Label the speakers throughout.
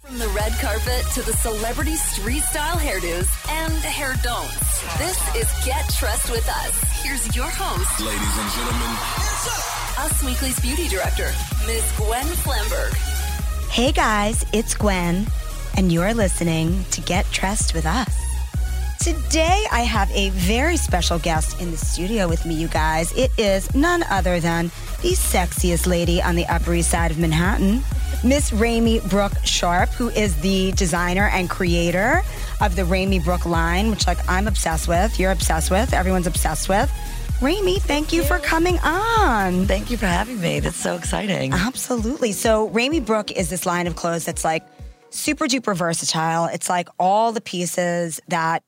Speaker 1: From the red carpet to the celebrity street style hairdos and hair don'ts. This is Get Trust with Us. Here's your host,
Speaker 2: Ladies and gentlemen,
Speaker 1: Us Weekly's beauty director, Ms. Gwen Flamberg.
Speaker 3: Hey guys, it's Gwen, and you're listening to Get Trust with Us. Today, I have a very special guest in the studio with me, you guys. It is none other than the sexiest lady on the Upper East Side of Manhattan, Miss Ramey Brooke Sharp, who is the designer and creator of the Ramey Brooke line, which, like, I'm obsessed with, you're obsessed with, everyone's obsessed with. Ramey, thank, you for coming on.
Speaker 4: Thank you for having me. That's so exciting.
Speaker 3: Absolutely. So Ramey Brook is this line of clothes that's like super duper versatile. It's like all the pieces that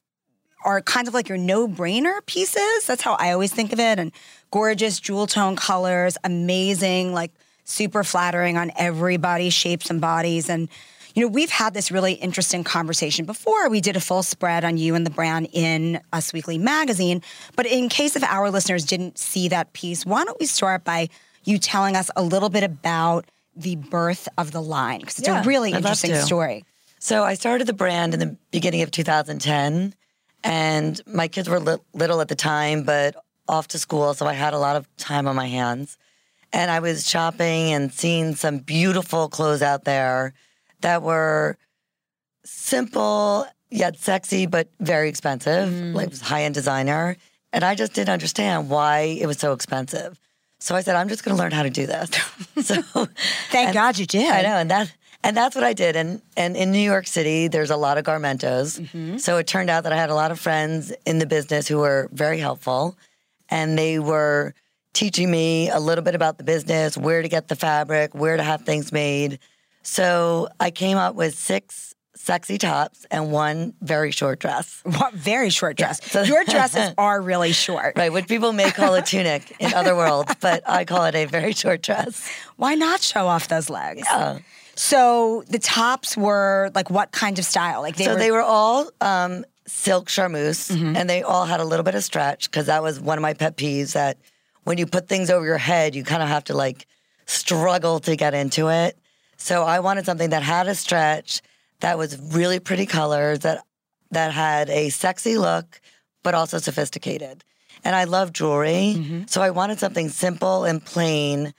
Speaker 3: are kind of like your no-brainer pieces. That's how I always think of it. And gorgeous jewel tone colors, amazing, like super flattering on everybody, shapes and bodies. And you know, we've had this really interesting conversation before. We did a full spread on you and the brand in Us Weekly magazine. But in case if our listeners didn't see that piece, why don't we start by you telling us a little bit about the birth of the line? Because it's
Speaker 4: Yeah,
Speaker 3: a really
Speaker 4: I'd love
Speaker 3: interesting
Speaker 4: to.
Speaker 3: story.
Speaker 4: So I started the brand in the beginning of 2010, and my kids were li- little at the time, but off to school, so I had a lot of time on my hands. And I was shopping and seeing some beautiful clothes out there that were simple yet sexy, but very expensive. Like it was high-end designer, and I just didn't understand why it was so expensive. So I said, I'm just going to learn how to do this. so
Speaker 3: Thank God you did.
Speaker 4: I know, and that and that's what I did. And and in New York City, there's a lot of garmentos. So it turned out that I had a lot of friends in the business who were very helpful, and they were teaching me a little bit about the business, where to get the fabric, where to have things made. So I came up with six sexy tops and one very short dress.
Speaker 3: What very short dress.
Speaker 4: so-
Speaker 3: Your dresses are really short.
Speaker 4: Right, what people may call a tunic in other worlds, but I call it a very short dress.
Speaker 3: Why not show off those legs?
Speaker 4: Yeah.
Speaker 3: So the tops were like what kind of style? Like they
Speaker 4: so
Speaker 3: were Mm-hmm.
Speaker 4: they were all um, silk charmeuse, and they all had a little bit of stretch because that was one of my pet peeves. That when you put things over your head, you kind of have to like struggle to get into it. So I wanted something that had a stretch, that was really pretty colors, that that had a sexy look, but also sophisticated. And I love jewelry,
Speaker 3: Mm-hmm.
Speaker 4: so I wanted something simple and plain,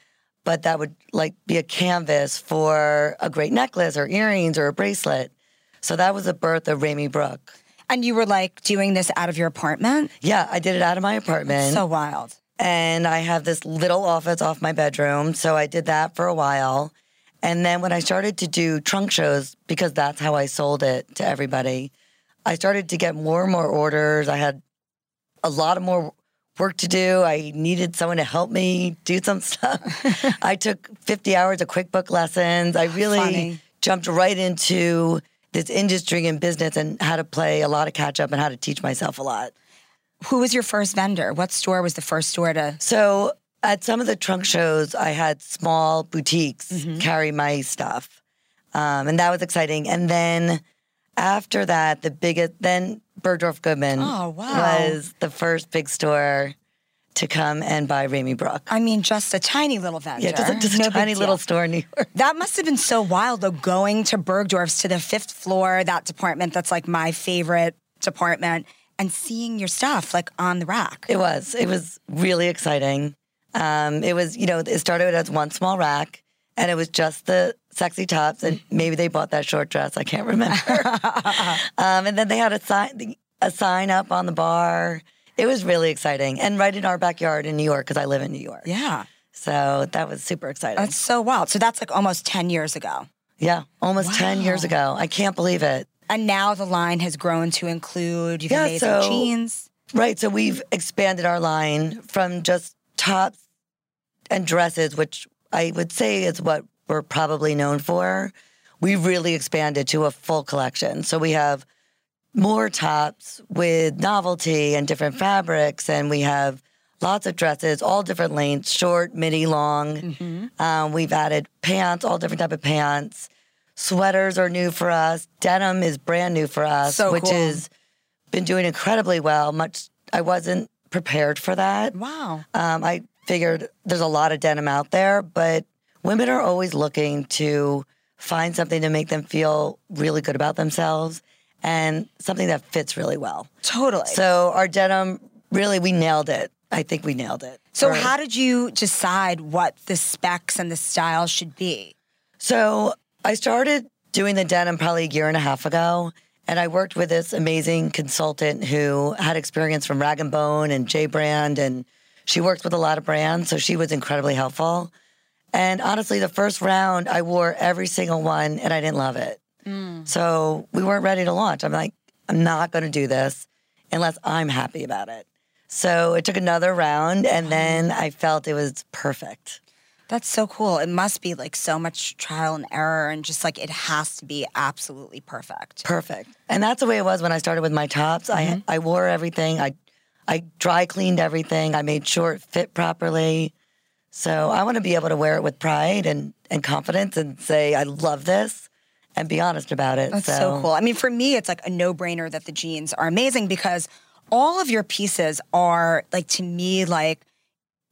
Speaker 4: but that would like be a canvas for a great necklace or earrings or a bracelet. So that was the birth of Ramey Brook.
Speaker 3: and you were like doing this out of your apartment?
Speaker 4: Yeah, I did it out of my apartment.
Speaker 3: So wild.
Speaker 4: and I have this little office off my bedroom. So I did that for a while. And then when I started to do trunk shows, because that's how I sold it to everybody, I started to get more and more orders. I had a lot of more work to do. I needed someone to help me do some stuff. I took 50 hours of QuickBook lessons. I really
Speaker 3: Funny.
Speaker 4: jumped right into this industry and business and how to play a lot of catch up and how to teach myself a lot.
Speaker 3: Who was your first vendor? What store was the first store to?
Speaker 4: So at some of the trunk shows, I had small boutiques
Speaker 3: Mm-hmm.
Speaker 4: carry my stuff, um, and that was exciting. And then after that, the biggest then Bergdorf Goodman
Speaker 3: Oh, wow.
Speaker 4: was the first big store to come and buy Ramey Brook.
Speaker 3: I mean, just a tiny little vendor.
Speaker 4: Yeah, just a, just a
Speaker 3: No big
Speaker 4: tiny
Speaker 3: deal.
Speaker 4: little store in New York.
Speaker 3: That must have been so wild, though, going to Bergdorf's to the fifth floor, that department that's like my favorite department, and seeing your stuff like on the rack.
Speaker 4: It was. It was really exciting. Um, it was, you know, it started as one small rack, and it was just the sexy tops, and
Speaker 3: Mm-hmm.
Speaker 4: maybe they bought that short dress. I can't remember. um, and then they had a sign, a sign up on the bar. It was really exciting, and right in our backyard in New York, because I live in New York.
Speaker 3: yeah.
Speaker 4: So that was super exciting.
Speaker 3: That's so wild. So that's like almost 10 years ago.
Speaker 4: yeah, almost ten years ago. I can't believe it.
Speaker 3: And now the line has grown to include you've
Speaker 4: Yeah,
Speaker 3: amazing
Speaker 4: so-
Speaker 3: jeans.
Speaker 4: Right. So we've expanded our line from just tops and dresses, which I would say is what we're probably known for. We've really expanded to a full collection. So we have more tops with novelty and different fabrics, and we have lots of dresses, all different lengths, short, midi, long.
Speaker 3: Mm-hmm.
Speaker 4: Um, we've added pants, all different type of pants. Sweaters are new for us. Denim is brand new for us,
Speaker 3: So
Speaker 4: which
Speaker 3: cool.
Speaker 4: is been doing incredibly well. Much I wasn't prepared for that.
Speaker 3: Wow.
Speaker 4: Um, I figured there's a lot of denim out there, but women are always looking to find something to make them feel really good about themselves and something that fits really well.
Speaker 3: Totally. So,
Speaker 4: So our denim, really, we nailed it. I think we nailed it. Or-
Speaker 3: how did you decide what the specs and the style should be?
Speaker 4: So I started doing the denim probably a year and a half ago. And I worked with this amazing consultant who had experience from Rag and Bone and J Brand. And she worked with a lot of brands. So she was incredibly helpful. And honestly, the first round, I wore every single one and I didn't love it. So we weren't ready to launch. I'm like, I'm not going to do this unless I'm happy about it. So it took another round. And then I felt it was perfect.
Speaker 3: That's so cool. It must be like so much trial and error and just like it has to be absolutely perfect.
Speaker 4: perfect. And that's the way it was when I started with my tops.
Speaker 3: Mm-hmm.
Speaker 4: I I wore everything. I I dry cleaned everything. I made sure it fit properly. So I want to be able to wear it with pride and and confidence and say I love this and be honest about it.
Speaker 3: That's so, cool. I mean, for me, it's like a no brainer that the jeans are amazing because all of your pieces are like to me like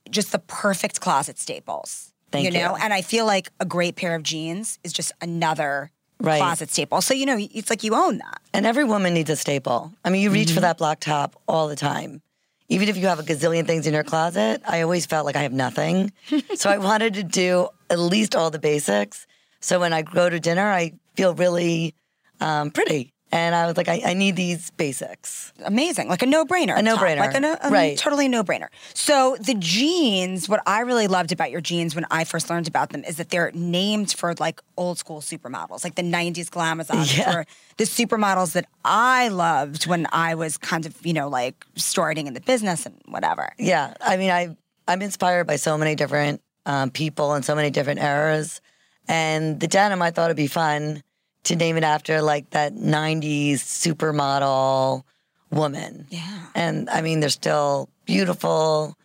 Speaker 3: just the perfect closet staples.
Speaker 4: Thank
Speaker 3: you know,
Speaker 4: you.
Speaker 3: and I feel like a great pair of jeans is just another
Speaker 4: Right.
Speaker 3: closet staple. So you know, it's like you own that.
Speaker 4: And every woman needs a staple. I mean, you reach for that block top all the time. Even if you have a gazillion things in your closet, I always felt like I have nothing. so I wanted to do at least all the basics. So when I go to dinner, I feel really um, pretty. And I was like, I, I need these basics.
Speaker 3: amazing, like a no-brainer. A
Speaker 4: no-brainer,
Speaker 3: like a no, I mean,
Speaker 4: right.
Speaker 3: Totally a no-brainer. So the jeans, what I really loved about your jeans when I first learned about them is that they're named for like old school supermodels, like the '90s glamazons,
Speaker 4: Yeah.
Speaker 3: or the supermodels that I loved when I was kind of you know like starting in the business and whatever.
Speaker 4: Yeah. I mean, I, I'm inspired by so many different um, people and so many different eras. And the denim, I thought it'd be fun to name it after like that 90s supermodel woman.
Speaker 3: Yeah.
Speaker 4: And I mean, they're still beautiful.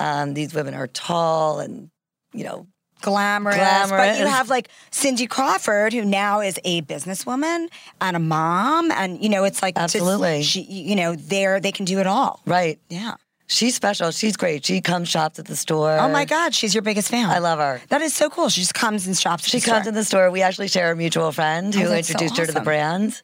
Speaker 4: Um, these women are tall and, you know,
Speaker 3: glamorous, But you
Speaker 4: Glamorous.
Speaker 3: have like Cindy Crawford, who now is a businesswoman and a mom, and you know it's like to-
Speaker 4: Absolutely.
Speaker 3: she, you know, they're they can do it all.
Speaker 4: right.
Speaker 3: Yeah.
Speaker 4: She's special. She's great. She comes shops at the store.
Speaker 3: Oh my God, she's your biggest fan.
Speaker 4: I love her.
Speaker 3: That is so cool. She just comes and shops. at
Speaker 4: She
Speaker 3: the
Speaker 4: comes
Speaker 3: store.
Speaker 4: in the store. We actually share a mutual friend who
Speaker 3: Oh, that's so
Speaker 4: introduced her to the
Speaker 3: awesome.
Speaker 4: brand,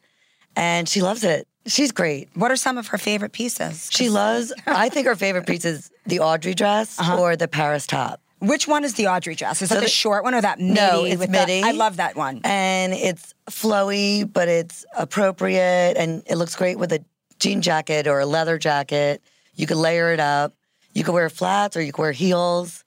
Speaker 4: and she loves it. She's great.
Speaker 3: What are some of her favorite pieces?
Speaker 4: She loves, I think her favorite piece is the Audrey dress
Speaker 3: Uh-huh.
Speaker 4: or the Paris top.
Speaker 3: Which one is the Audrey dress? Is that the
Speaker 4: the-
Speaker 3: short one or that midi?
Speaker 4: No, it's
Speaker 3: with the-
Speaker 4: midi.
Speaker 3: I love that one.
Speaker 4: And it's flowy, but it's appropriate and it looks great with a jean jacket or a leather jacket. You can layer it up. You can wear flats or you can wear heels.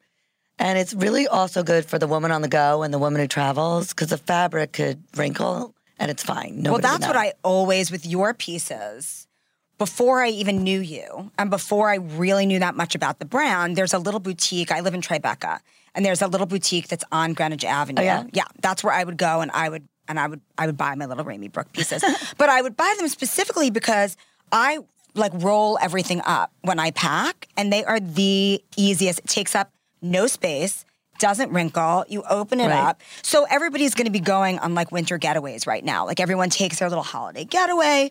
Speaker 4: And it's really also good for the woman on the go and the woman who travels because the fabric could wrinkle and it's fine. Nobody
Speaker 3: Well,
Speaker 4: would
Speaker 3: that's what
Speaker 4: know.
Speaker 3: I always with your pieces. Before I even knew you, and before I really knew that much about the brand, there's a little boutique. I live in Tribeca, and there's a little boutique that's on Greenwich Avenue.
Speaker 4: Oh, yeah?
Speaker 3: that's where I would go, and I would and I would I would buy my little Ramey Brook pieces, but I would buy them specifically because I like roll everything up when I pack, and they are the easiest. It takes up no space, doesn't wrinkle. You open it
Speaker 4: Right.
Speaker 3: up, so everybody's going to be going on like winter getaways right now. Like everyone takes their little holiday getaway.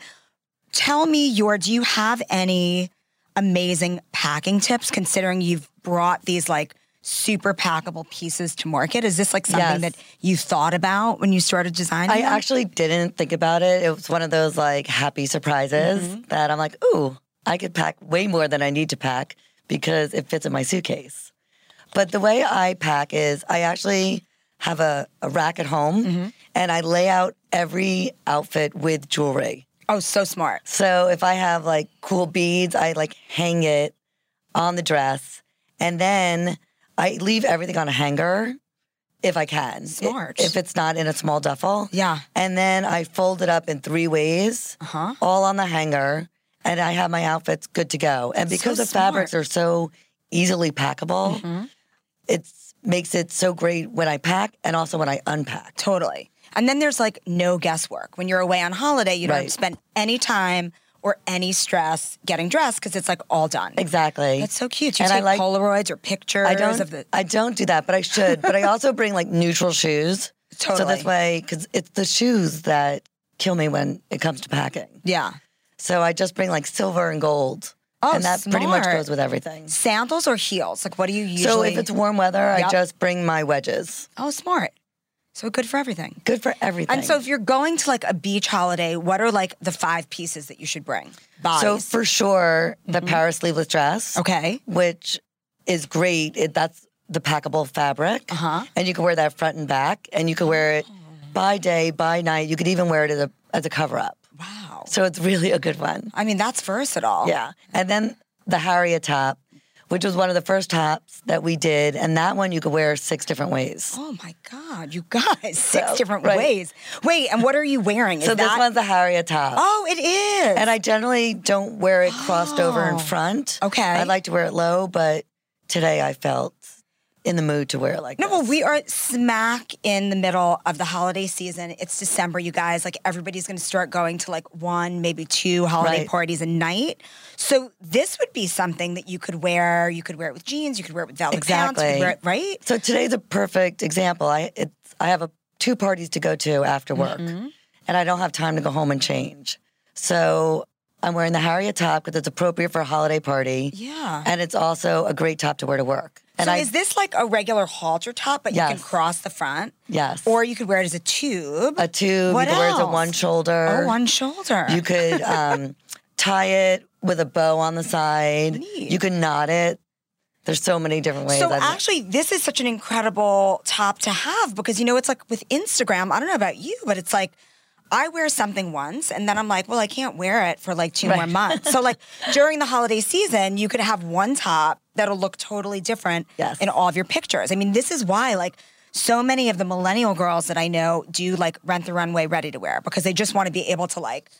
Speaker 3: Tell me your do you have any amazing packing tips considering you've brought these like super packable pieces to market? Is this like something
Speaker 4: Yes.
Speaker 3: that you thought about when you started designing?
Speaker 4: I
Speaker 3: them?
Speaker 4: actually didn't think about it. It was one of those like happy surprises that I'm like, ooh, I could pack way more than I need to pack because it fits in my suitcase. But the way I pack is I actually have a, a rack at home and I lay out every outfit with jewelry.
Speaker 3: Oh, so smart.
Speaker 4: So if I have like cool beads, I like hang it on the dress and then I leave everything on a hanger if I can.
Speaker 3: Smart.
Speaker 4: If it's not in a small duffel.
Speaker 3: Yeah.
Speaker 4: And then I fold it up in three ways,
Speaker 3: Uh-huh.
Speaker 4: all on the hanger, and I have my outfits good to go. And because
Speaker 3: so
Speaker 4: the fabrics are so easily packable,
Speaker 3: Mm-hmm.
Speaker 4: it makes it so great when I pack and also when I unpack.
Speaker 3: Totally. And then there's like no guesswork. When you're away on holiday, you don't
Speaker 4: Right.
Speaker 3: spend any time or any stress getting dressed because it's like all done.
Speaker 4: Exactly.
Speaker 3: That's so cute. You
Speaker 4: And I
Speaker 3: take
Speaker 4: like-
Speaker 3: Polaroids or pictures
Speaker 4: I don't.
Speaker 3: of the
Speaker 4: I don't do that, but I should. but I also bring like neutral shoes. So
Speaker 3: Totally.
Speaker 4: this way, because it's the shoes that kill me when it comes to packing.
Speaker 3: Yeah.
Speaker 4: So I just bring like silver and gold.
Speaker 3: Oh,
Speaker 4: and that pretty much
Speaker 3: smart.
Speaker 4: goes with everything.
Speaker 3: Sandals or heels? Like what do you usually
Speaker 4: So if it's warm weather, I
Speaker 3: Yep.
Speaker 4: just bring my wedges.
Speaker 3: Oh, smart. So good for everything.
Speaker 4: Good for everything.
Speaker 3: And so if you're going to like a beach holiday, what are like the five pieces that you should bring?
Speaker 4: So
Speaker 3: Bodies.
Speaker 4: for sure, the Paris sleeveless dress.
Speaker 3: Mm-hmm. okay.
Speaker 4: Which is great. It, that's the packable fabric.
Speaker 3: Uh-huh. Oh.
Speaker 4: And you can wear that front and back. And you can wear it by day, by night. You could even wear it as a, as a cover up.
Speaker 3: Wow.
Speaker 4: So it's really a good one.
Speaker 3: I mean, that's versatile.
Speaker 4: Yeah. And then the Harriet top, which was one of the first tops that we did. And that one you could wear six different ways.
Speaker 3: Oh my God, you guys, six
Speaker 4: So,
Speaker 3: different
Speaker 4: right.
Speaker 3: ways. Wait, and what are you wearing? Is
Speaker 4: So this
Speaker 3: that-
Speaker 4: one's the Harriet top.
Speaker 3: Oh, it is.
Speaker 4: And I generally don't wear it crossed over in front.
Speaker 3: Oh. Okay.
Speaker 4: I like to wear it low, but today I felt in the mood to wear it like
Speaker 3: No,
Speaker 4: this.
Speaker 3: well, we are smack in the middle of the holiday season. It's December, you guys. Like everybody's going to start going to like one, maybe two holiday
Speaker 4: Right.
Speaker 3: parties a night. So this would be something that you could wear. You could wear it with jeans. You could wear it with velvet pants. You could
Speaker 4: Exactly.
Speaker 3: wear it, right?
Speaker 4: So today's a perfect example. I it's I have a, two parties to go to after work,
Speaker 3: Mm-hmm.
Speaker 4: and I don't have time to go home and change. So I'm wearing the Harriet top because it's appropriate for a holiday party.
Speaker 3: Yeah.
Speaker 4: and it's also a great top to wear to work. And
Speaker 3: so
Speaker 4: I
Speaker 3: is this like a regular halter top, but you can
Speaker 4: Yes.
Speaker 3: cross the front?
Speaker 4: yes,
Speaker 3: Or you could wear it as a tube.
Speaker 4: a tube.
Speaker 3: What
Speaker 4: you can wear it to
Speaker 3: else?
Speaker 4: one shoulder.
Speaker 3: Oh, one shoulder.
Speaker 4: You could um, tie it with a bow on the side.
Speaker 3: Neat.
Speaker 4: You can knot it. There's so many different ways.
Speaker 3: So
Speaker 4: I've-
Speaker 3: actually, this is such an incredible top to have because you know it's like with Instagram. I don't know about you, but it's like I wear something once and then I'm like, well, I can't wear it for like two more months. So like during the holiday season, you could have one top that'll look totally different
Speaker 4: Yes.
Speaker 3: in all of your pictures. I mean, this is why like. So many of the millennial girls that I know do like rent the runway ready to wear because they just want to be able to like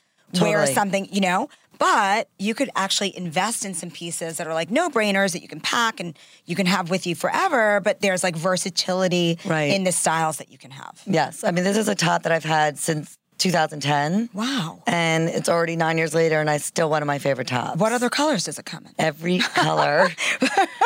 Speaker 3: wear
Speaker 4: Totally.
Speaker 3: something something, you know, but you could actually invest in some pieces that are like no brainers that you can pack and you can have with you forever. But there's like versatility
Speaker 4: Right.
Speaker 3: in the styles that you can have.
Speaker 4: yes, I mean this is a top that I've had since 2010,
Speaker 3: Wow.
Speaker 4: and it's already nine years later, and I still one of my favorite tops.
Speaker 3: What other colors does it come in?
Speaker 4: Every color,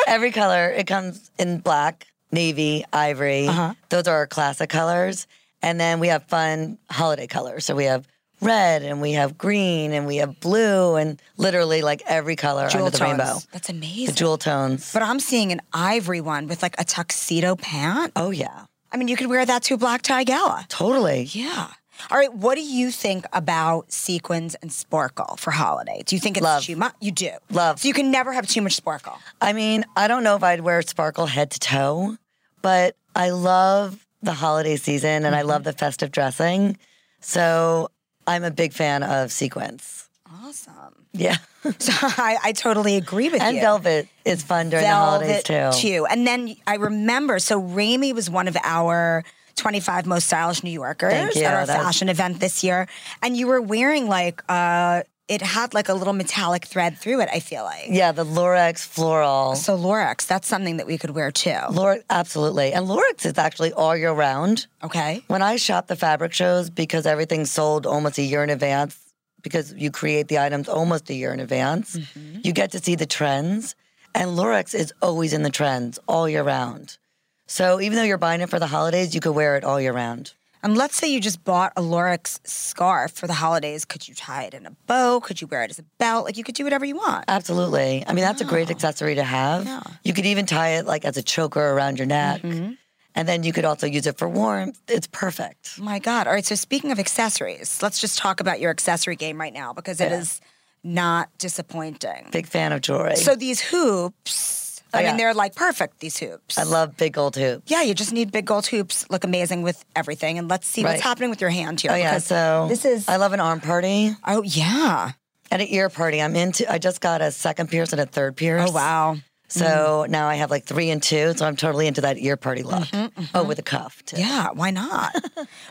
Speaker 4: every color. It comes in black, navy, ivory.
Speaker 3: Uh-huh.
Speaker 4: Those are our classic colors, and then we have fun holiday colors. So we have. Red and we have green and we have blue and literally like every color
Speaker 3: Jewel
Speaker 4: under the
Speaker 3: tones.
Speaker 4: rainbow.
Speaker 3: That's
Speaker 4: The
Speaker 3: amazing.
Speaker 4: jewel tones.
Speaker 3: but I'm seeing an ivory one with like a tuxedo pant.
Speaker 4: Oh yeah,
Speaker 3: I mean, you could wear that to a black tie gala.
Speaker 4: totally.
Speaker 3: Yeah. All right. What do you think about sequins and sparkle for holiday? Do you think it's
Speaker 4: Love.
Speaker 3: too much? You do.
Speaker 4: Love.
Speaker 3: So you can never have too much sparkle.
Speaker 4: I mean, I don't know if I'd wear sparkle head to toe, but I love the holiday season and I love
Speaker 3: Mm-hmm.
Speaker 4: the festive dressing. So I'm a big fan of sequins.
Speaker 3: Awesome.
Speaker 4: Yeah,
Speaker 3: So I, I totally agree with
Speaker 4: and
Speaker 3: you.
Speaker 4: velvet is fun during
Speaker 3: velvet
Speaker 4: the holidays too.
Speaker 3: too. And then I remember, so Rami was one of our 25 most stylish New Yorkers
Speaker 4: Thank you.
Speaker 3: at our
Speaker 4: That was-
Speaker 3: fashion event this year, and you were wearing like uh, it had like a little metallic thread through it. I feel like
Speaker 4: Yeah, the Lorax floral.
Speaker 3: so Lorax. That's something that we could wear too.
Speaker 4: Lorax, absolutely. And Lorax is actually all year round.
Speaker 3: Okay.
Speaker 4: When I shop the fabric shows, because everything's sold almost a year in advance, because you create the items almost a year in advance,
Speaker 3: Mm-hmm.
Speaker 4: you get to see the trends. And Lorex is always in the trends all year round. So even though you're buying it for the holidays, you could wear it all year round.
Speaker 3: And let's say you just bought a Lorax scarf for the holidays. Could you tie it in a bow? Could you wear it as a belt? Like you could do whatever you want.
Speaker 4: Absolutely. I mean, that's a great accessory to have.
Speaker 3: Yeah. Mm-hmm.
Speaker 4: You could even tie it like as a choker around your neck. And then you could also use it for warmth. It's perfect.
Speaker 3: My God. All right. So, speaking of accessories, let's just talk about your accessory game right now because it is not disappointing.
Speaker 4: Big fan of jewelry.
Speaker 3: So, these hoops, I mean,
Speaker 4: yeah.
Speaker 3: they're like perfect, these hoops.
Speaker 4: I love big gold hoops.
Speaker 3: yeah, you just need big gold hoops, look amazing with everything. And let's see what's
Speaker 4: Right.
Speaker 3: happening with your hand here.
Speaker 4: Oh yeah,
Speaker 3: because
Speaker 4: so
Speaker 3: this is,
Speaker 4: I love an arm party.
Speaker 3: oh, yeah.
Speaker 4: at an ear party. I'm into. I just got a second pierce and a third pierce.
Speaker 3: Oh, wow. Mm-hmm.
Speaker 4: So now I have like three and two. So I'm totally into that ear party look. Oh, with a cuff. Too.
Speaker 3: Mm-hmm, Yeah, why not?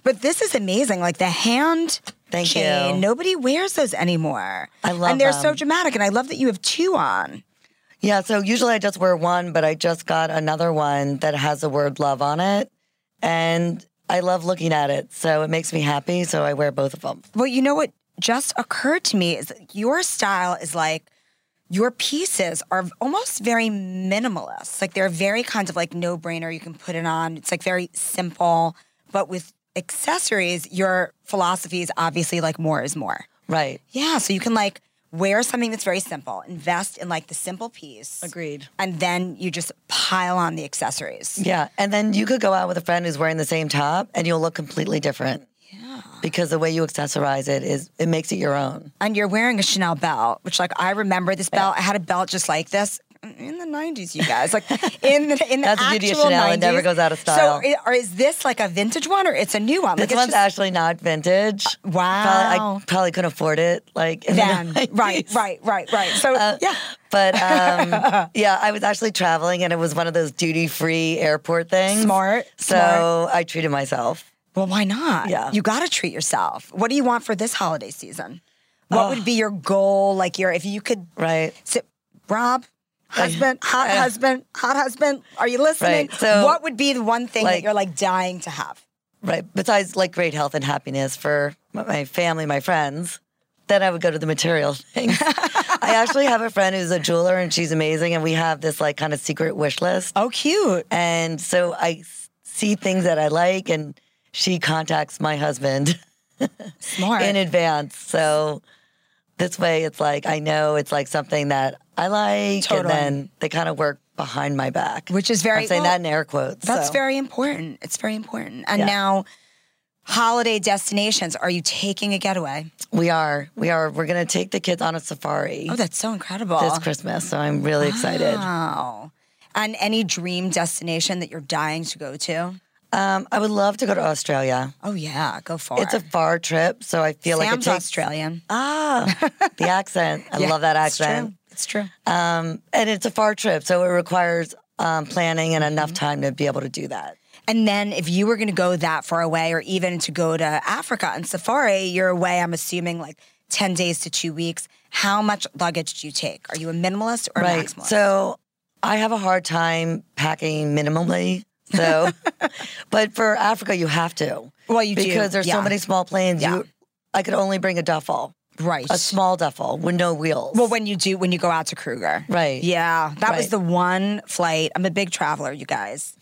Speaker 3: but this is amazing. Like the hand
Speaker 4: Thank
Speaker 3: chain,
Speaker 4: you.
Speaker 3: nobody wears those anymore.
Speaker 4: I love
Speaker 3: And they're so
Speaker 4: them.
Speaker 3: dramatic. And I love that you have two on.
Speaker 4: Yeah. So usually I just wear one, but I just got another one that has the word love on it, and I love looking at it. So it makes me happy. So I wear both of them.
Speaker 3: Well, you know what just occurred to me is that your style is like your pieces are almost very minimalist. Like they're very kind of like no brainer. You can put it on. It's like very simple, but with accessories, your philosophy is obviously like more is more.
Speaker 4: Right.
Speaker 3: Yeah, so you can like wear something that's very simple. Invest in like the simple piece.
Speaker 4: Agreed.
Speaker 3: And then you just pile on the accessories.
Speaker 4: Yeah. And then you could go out with a friend who's wearing the same top and you'll look completely different. Yeah. Because the way you accessorize it is it makes it your own.
Speaker 3: And you're wearing a Chanel belt, which like I remember this belt. I had a belt just like this in the 90s, you guys. Like in the in the
Speaker 4: That's the
Speaker 3: actual
Speaker 4: beauty of Chanel,
Speaker 3: 90s.
Speaker 4: it never goes out of style.
Speaker 3: So, i- or is this like a vintage one or it's a new one?
Speaker 4: This
Speaker 3: Like it's
Speaker 4: one's
Speaker 3: just- Uh,
Speaker 4: actually not vintage.
Speaker 3: wow.
Speaker 4: Probably, I probably couldn't afford it. Like in the
Speaker 3: then
Speaker 4: 90s.
Speaker 3: right, right, right, right. So yeah,
Speaker 4: Uh, But um, yeah, I was actually traveling and it was one of those duty free airport things.
Speaker 3: Smart,
Speaker 4: So
Speaker 3: smart.
Speaker 4: I treated myself.
Speaker 3: well, why not?
Speaker 4: yeah.
Speaker 3: you got to treat yourself. What do you want for this holiday season? What would be your goal? Like your if you could
Speaker 4: Right.
Speaker 3: sit, Rob. Husband, hot husband, hot husband. Are you listening?
Speaker 4: Right, so-
Speaker 3: what would be the one thing that
Speaker 4: Like-
Speaker 3: you're like dying to have?
Speaker 4: Right. Besides like great health and happiness for m- my family, my friends, then I would go to the material things. I actually have a friend who's a jeweler and she's amazing. And we have this like kind of secret wish list.
Speaker 3: Oh, cute.
Speaker 4: And so I s- see things that I like and she contacts my husband
Speaker 3: Smart.
Speaker 4: in advance. So this way it's like I know it's like something that I like
Speaker 3: Totally.
Speaker 4: and then they kind of work behind my back.
Speaker 3: Which is very-
Speaker 4: I'm saying
Speaker 3: well,
Speaker 4: that in air quotes.
Speaker 3: That's
Speaker 4: so.
Speaker 3: very important. It's very important. And
Speaker 4: Yeah.
Speaker 3: now, holiday destinations. Are you taking a getaway?
Speaker 4: we are. We are we're gonna take the kids on a safari.
Speaker 3: Oh, Ah. that's so incredible.
Speaker 4: this Christmas, so I'm really excited.
Speaker 3: Wow. And any dream destination that you're dying to go to?
Speaker 4: Um, I would love to go to Australia.
Speaker 3: Oh yeah, go for
Speaker 4: It's a far trip, so I feel like it
Speaker 3: Sam's
Speaker 4: takes
Speaker 3: Australian.
Speaker 4: Ah, the accent. I love that accent.
Speaker 3: It's true.
Speaker 4: Um, and it's a far trip, so it requires um, planning
Speaker 3: Mm-hmm.
Speaker 4: and enough time to be able to do that.
Speaker 3: And then if you were going to go that far away, or even to go to Africa and safari, you're away. I'm assuming like ten days to two weeks. How much luggage do you take? Are you a minimalist or a
Speaker 4: Right.
Speaker 3: maximalist?
Speaker 4: So I have a hard time packing minimally. So, but for Africa, you have to.
Speaker 3: Well, you do,
Speaker 4: because there's
Speaker 3: yeah.
Speaker 4: so many small planes.
Speaker 3: Yeah.
Speaker 4: You, I could only bring a duffel,
Speaker 3: right.
Speaker 4: a small duffel with no wheels.
Speaker 3: Well, when you do, when you go out to Kruger.
Speaker 4: Right.
Speaker 3: Yeah. That was
Speaker 4: Right.
Speaker 3: the one flight. I'm a big traveler, you guys.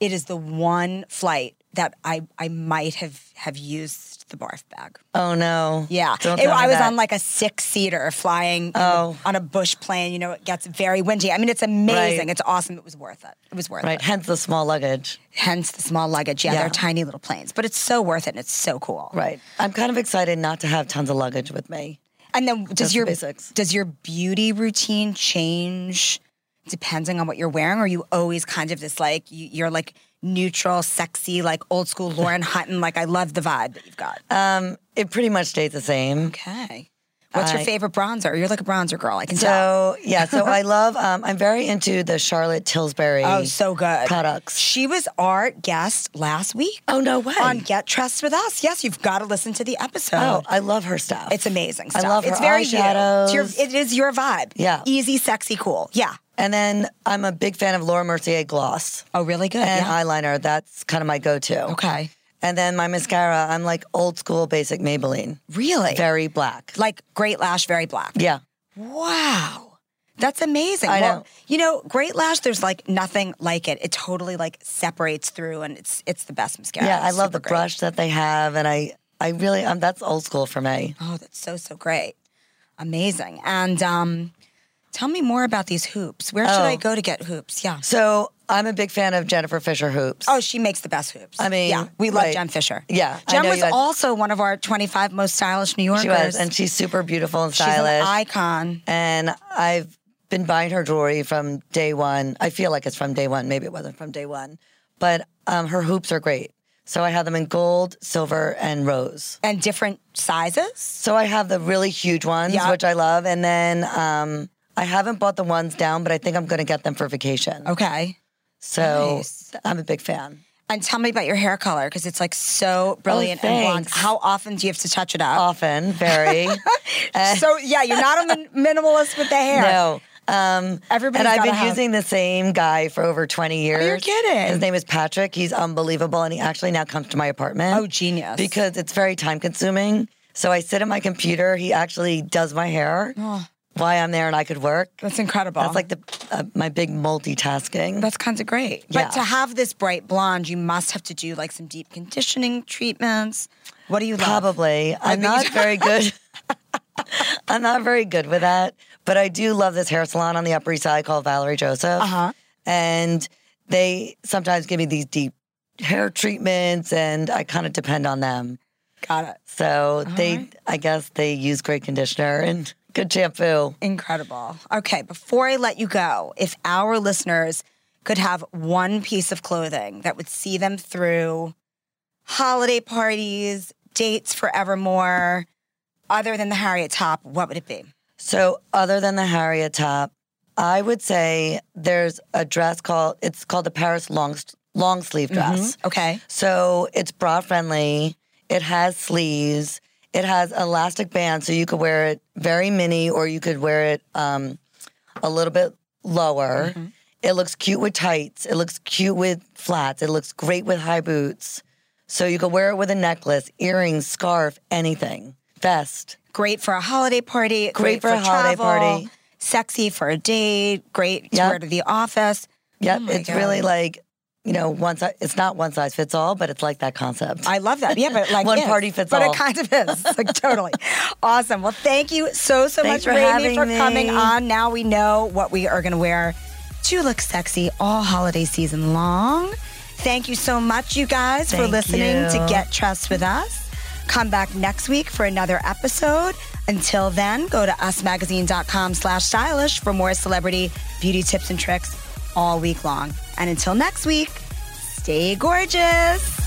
Speaker 3: It is the one flight that I, I might have, have used the barf bag.
Speaker 4: oh no.
Speaker 3: Yeah.
Speaker 4: Don't
Speaker 3: It-
Speaker 4: tell me
Speaker 3: I was
Speaker 4: that.
Speaker 3: on like a six seater flying in the-
Speaker 4: Oh.
Speaker 3: on a bush plane. You know, it gets very windy. I mean, it's amazing.
Speaker 4: Right.
Speaker 3: It's awesome. It was worth it. It was worth
Speaker 4: Right,
Speaker 3: it.
Speaker 4: hence the small luggage.
Speaker 3: Hence the small luggage. Yeah, They're
Speaker 4: Yeah.
Speaker 3: tiny little planes, but it's so worth it and it's so cool.
Speaker 4: Right. I'm kind of excited not to have tons of luggage with me.
Speaker 3: And then does
Speaker 4: Just
Speaker 3: your
Speaker 4: basics.
Speaker 3: does your beauty routine change depending on what you're wearing? Or are you always kind of this like you, you're like neutral, sexy, like old school Lauren Hutton? Like I love the vibe that you've got.
Speaker 4: Um, it pretty much stays the same.
Speaker 3: Okay. What's your
Speaker 4: I-
Speaker 3: favorite bronzer? You're like a bronzer girl. I can tell.
Speaker 4: So yeah, so I love. Um, I'm very into the Charlotte Tilbury.
Speaker 3: Oh, so good.
Speaker 4: products.
Speaker 3: She was our guest last week
Speaker 4: Oh no way.
Speaker 3: on Get Dressed with Us. Yes, you've got to listen to the episode.
Speaker 4: oh, I love her stuff.
Speaker 3: It's amazing stuff.
Speaker 4: love her
Speaker 3: it's very you. It's your,
Speaker 4: eyeshadows.
Speaker 3: it is your vibe.
Speaker 4: Yeah.
Speaker 3: Easy, sexy, cool. Yeah.
Speaker 4: And then I'm a big fan of Laura Mercier gloss
Speaker 3: Oh, really good.
Speaker 4: and
Speaker 3: yeah.
Speaker 4: eyeliner. That's kind of my go-to.
Speaker 3: Okay.
Speaker 4: And then my mascara. I'm like old school basic Maybelline,
Speaker 3: Really?
Speaker 4: very black.
Speaker 3: like great lash, very black.
Speaker 4: Yeah.
Speaker 3: Wow. That's amazing.
Speaker 4: I
Speaker 3: well,
Speaker 4: know.
Speaker 3: you know, great lash, there's like nothing like it. It totally like separates through and it's it's the best mascara.
Speaker 4: Yeah, I
Speaker 3: It's
Speaker 4: love the
Speaker 3: super great.
Speaker 4: brush that they have, and I, I really, um, that's old school for me.
Speaker 3: Oh, that's so so great. Amazing. And um tell me more about these hoops. Where should
Speaker 4: Oh.
Speaker 3: I go to get hoops? Yeah.
Speaker 4: So I'm a big fan of Jennifer Fisher hoops.
Speaker 3: Oh, she makes the best hoops.
Speaker 4: I mean,
Speaker 3: yeah, we love
Speaker 4: right.
Speaker 3: Jen Fisher.
Speaker 4: Yeah, I
Speaker 3: Jen
Speaker 4: know
Speaker 3: was
Speaker 4: you guys-
Speaker 3: also one of our 25 most stylish New Yorkers.
Speaker 4: she was, and she's super beautiful and
Speaker 3: She's
Speaker 4: stylish.
Speaker 3: an icon.
Speaker 4: and I've been buying her jewelry from day one. I feel like it's from day one. Maybe it wasn't from day one, but um, her hoops are great. So I have them in gold, silver, and rose.
Speaker 3: And different sizes.
Speaker 4: So I have the really huge ones,
Speaker 3: Yeah.
Speaker 4: which I love, and then um, I haven't bought the ones down, but I think I'm going to get them for vacation.
Speaker 3: Okay.
Speaker 4: So
Speaker 3: nice.
Speaker 4: I'm a big fan.
Speaker 3: And tell me about your hair color because it's like so brilliant and blonde.
Speaker 4: thanks.
Speaker 3: How often do you have to touch it up? Uh,
Speaker 4: Often, very. And-
Speaker 3: so yeah, you're not a min- minimalist with the hair.
Speaker 4: No. Um,
Speaker 3: Everybody's
Speaker 4: and I've
Speaker 3: gotta
Speaker 4: been
Speaker 3: have-
Speaker 4: using the same guy for over 20 years.
Speaker 3: kidding.
Speaker 4: His name is Patrick. He's unbelievable. And he actually now comes to my apartment.
Speaker 3: Oh, genius.
Speaker 4: Because it's very time consuming. So I sit at my computer. He actually does my hair while I'm there and I could work.
Speaker 3: That's incredible.
Speaker 4: That's like the, uh, my big multitasking.
Speaker 3: that's kind of great.
Speaker 4: Yeah.
Speaker 3: But to have this bright blonde, you must have to do like some deep conditioning treatments. What do you love?
Speaker 4: Probably. I'm
Speaker 3: think-
Speaker 4: not very good. I'm not very good with that, but I do love this hair salon on the Upper East Side called Valerie Joseph.
Speaker 3: Uh-huh.
Speaker 4: And they sometimes give me these deep hair treatments, and I kind of depend on them.
Speaker 3: Got it.
Speaker 4: So they, I guess, they use great conditioner and good shampoo.
Speaker 3: Incredible. Okay, before I let you go, if our listeners could have one piece of clothing that would see them through holiday parties, dates forevermore, other than the Harriet top, what would it be?
Speaker 4: So, other than the Harriet top, I would say there's a dress called it's called the Paris long long
Speaker 3: Mm-hmm.
Speaker 4: sleeve dress.
Speaker 3: Okay.
Speaker 4: So it's bra friendly. It has sleeves. It has elastic bands, so you could wear it very mini, or you could wear it um, a little bit lower.
Speaker 3: Mm-hmm.
Speaker 4: It looks cute with tights. It looks cute with flats. It looks great with high boots. So you could wear it with a necklace, earrings, scarf, anything, vest.
Speaker 3: Great for a holiday party. Great,
Speaker 4: for a holiday
Speaker 3: travel,
Speaker 4: party.
Speaker 3: Sexy for a date. Great to
Speaker 4: Yep.
Speaker 3: wear to the office.
Speaker 4: Yep,
Speaker 3: Oh my
Speaker 4: it's
Speaker 3: God.
Speaker 4: really like you know one size. It's not one size fits all, but it's like that concept.
Speaker 3: I love that. Yeah, but like
Speaker 4: One
Speaker 3: it is.
Speaker 4: party fits
Speaker 3: but
Speaker 4: all.
Speaker 3: it kind of is. Like totally. awesome. Well, thank you so so
Speaker 4: Thanks
Speaker 3: much,
Speaker 4: for
Speaker 3: Raimi, for
Speaker 4: having
Speaker 3: coming
Speaker 4: me.
Speaker 3: on. Now we know what we are gonna wear to look sexy all holiday season long. Thank you so much, you guys, for
Speaker 4: Thank
Speaker 3: listening to
Speaker 4: you.
Speaker 3: Get Trust with us. Come back next week for another episode. Until then, go to usmagazine.com slash stylish for more celebrity beauty tips and tricks all week long. And until next week, stay gorgeous.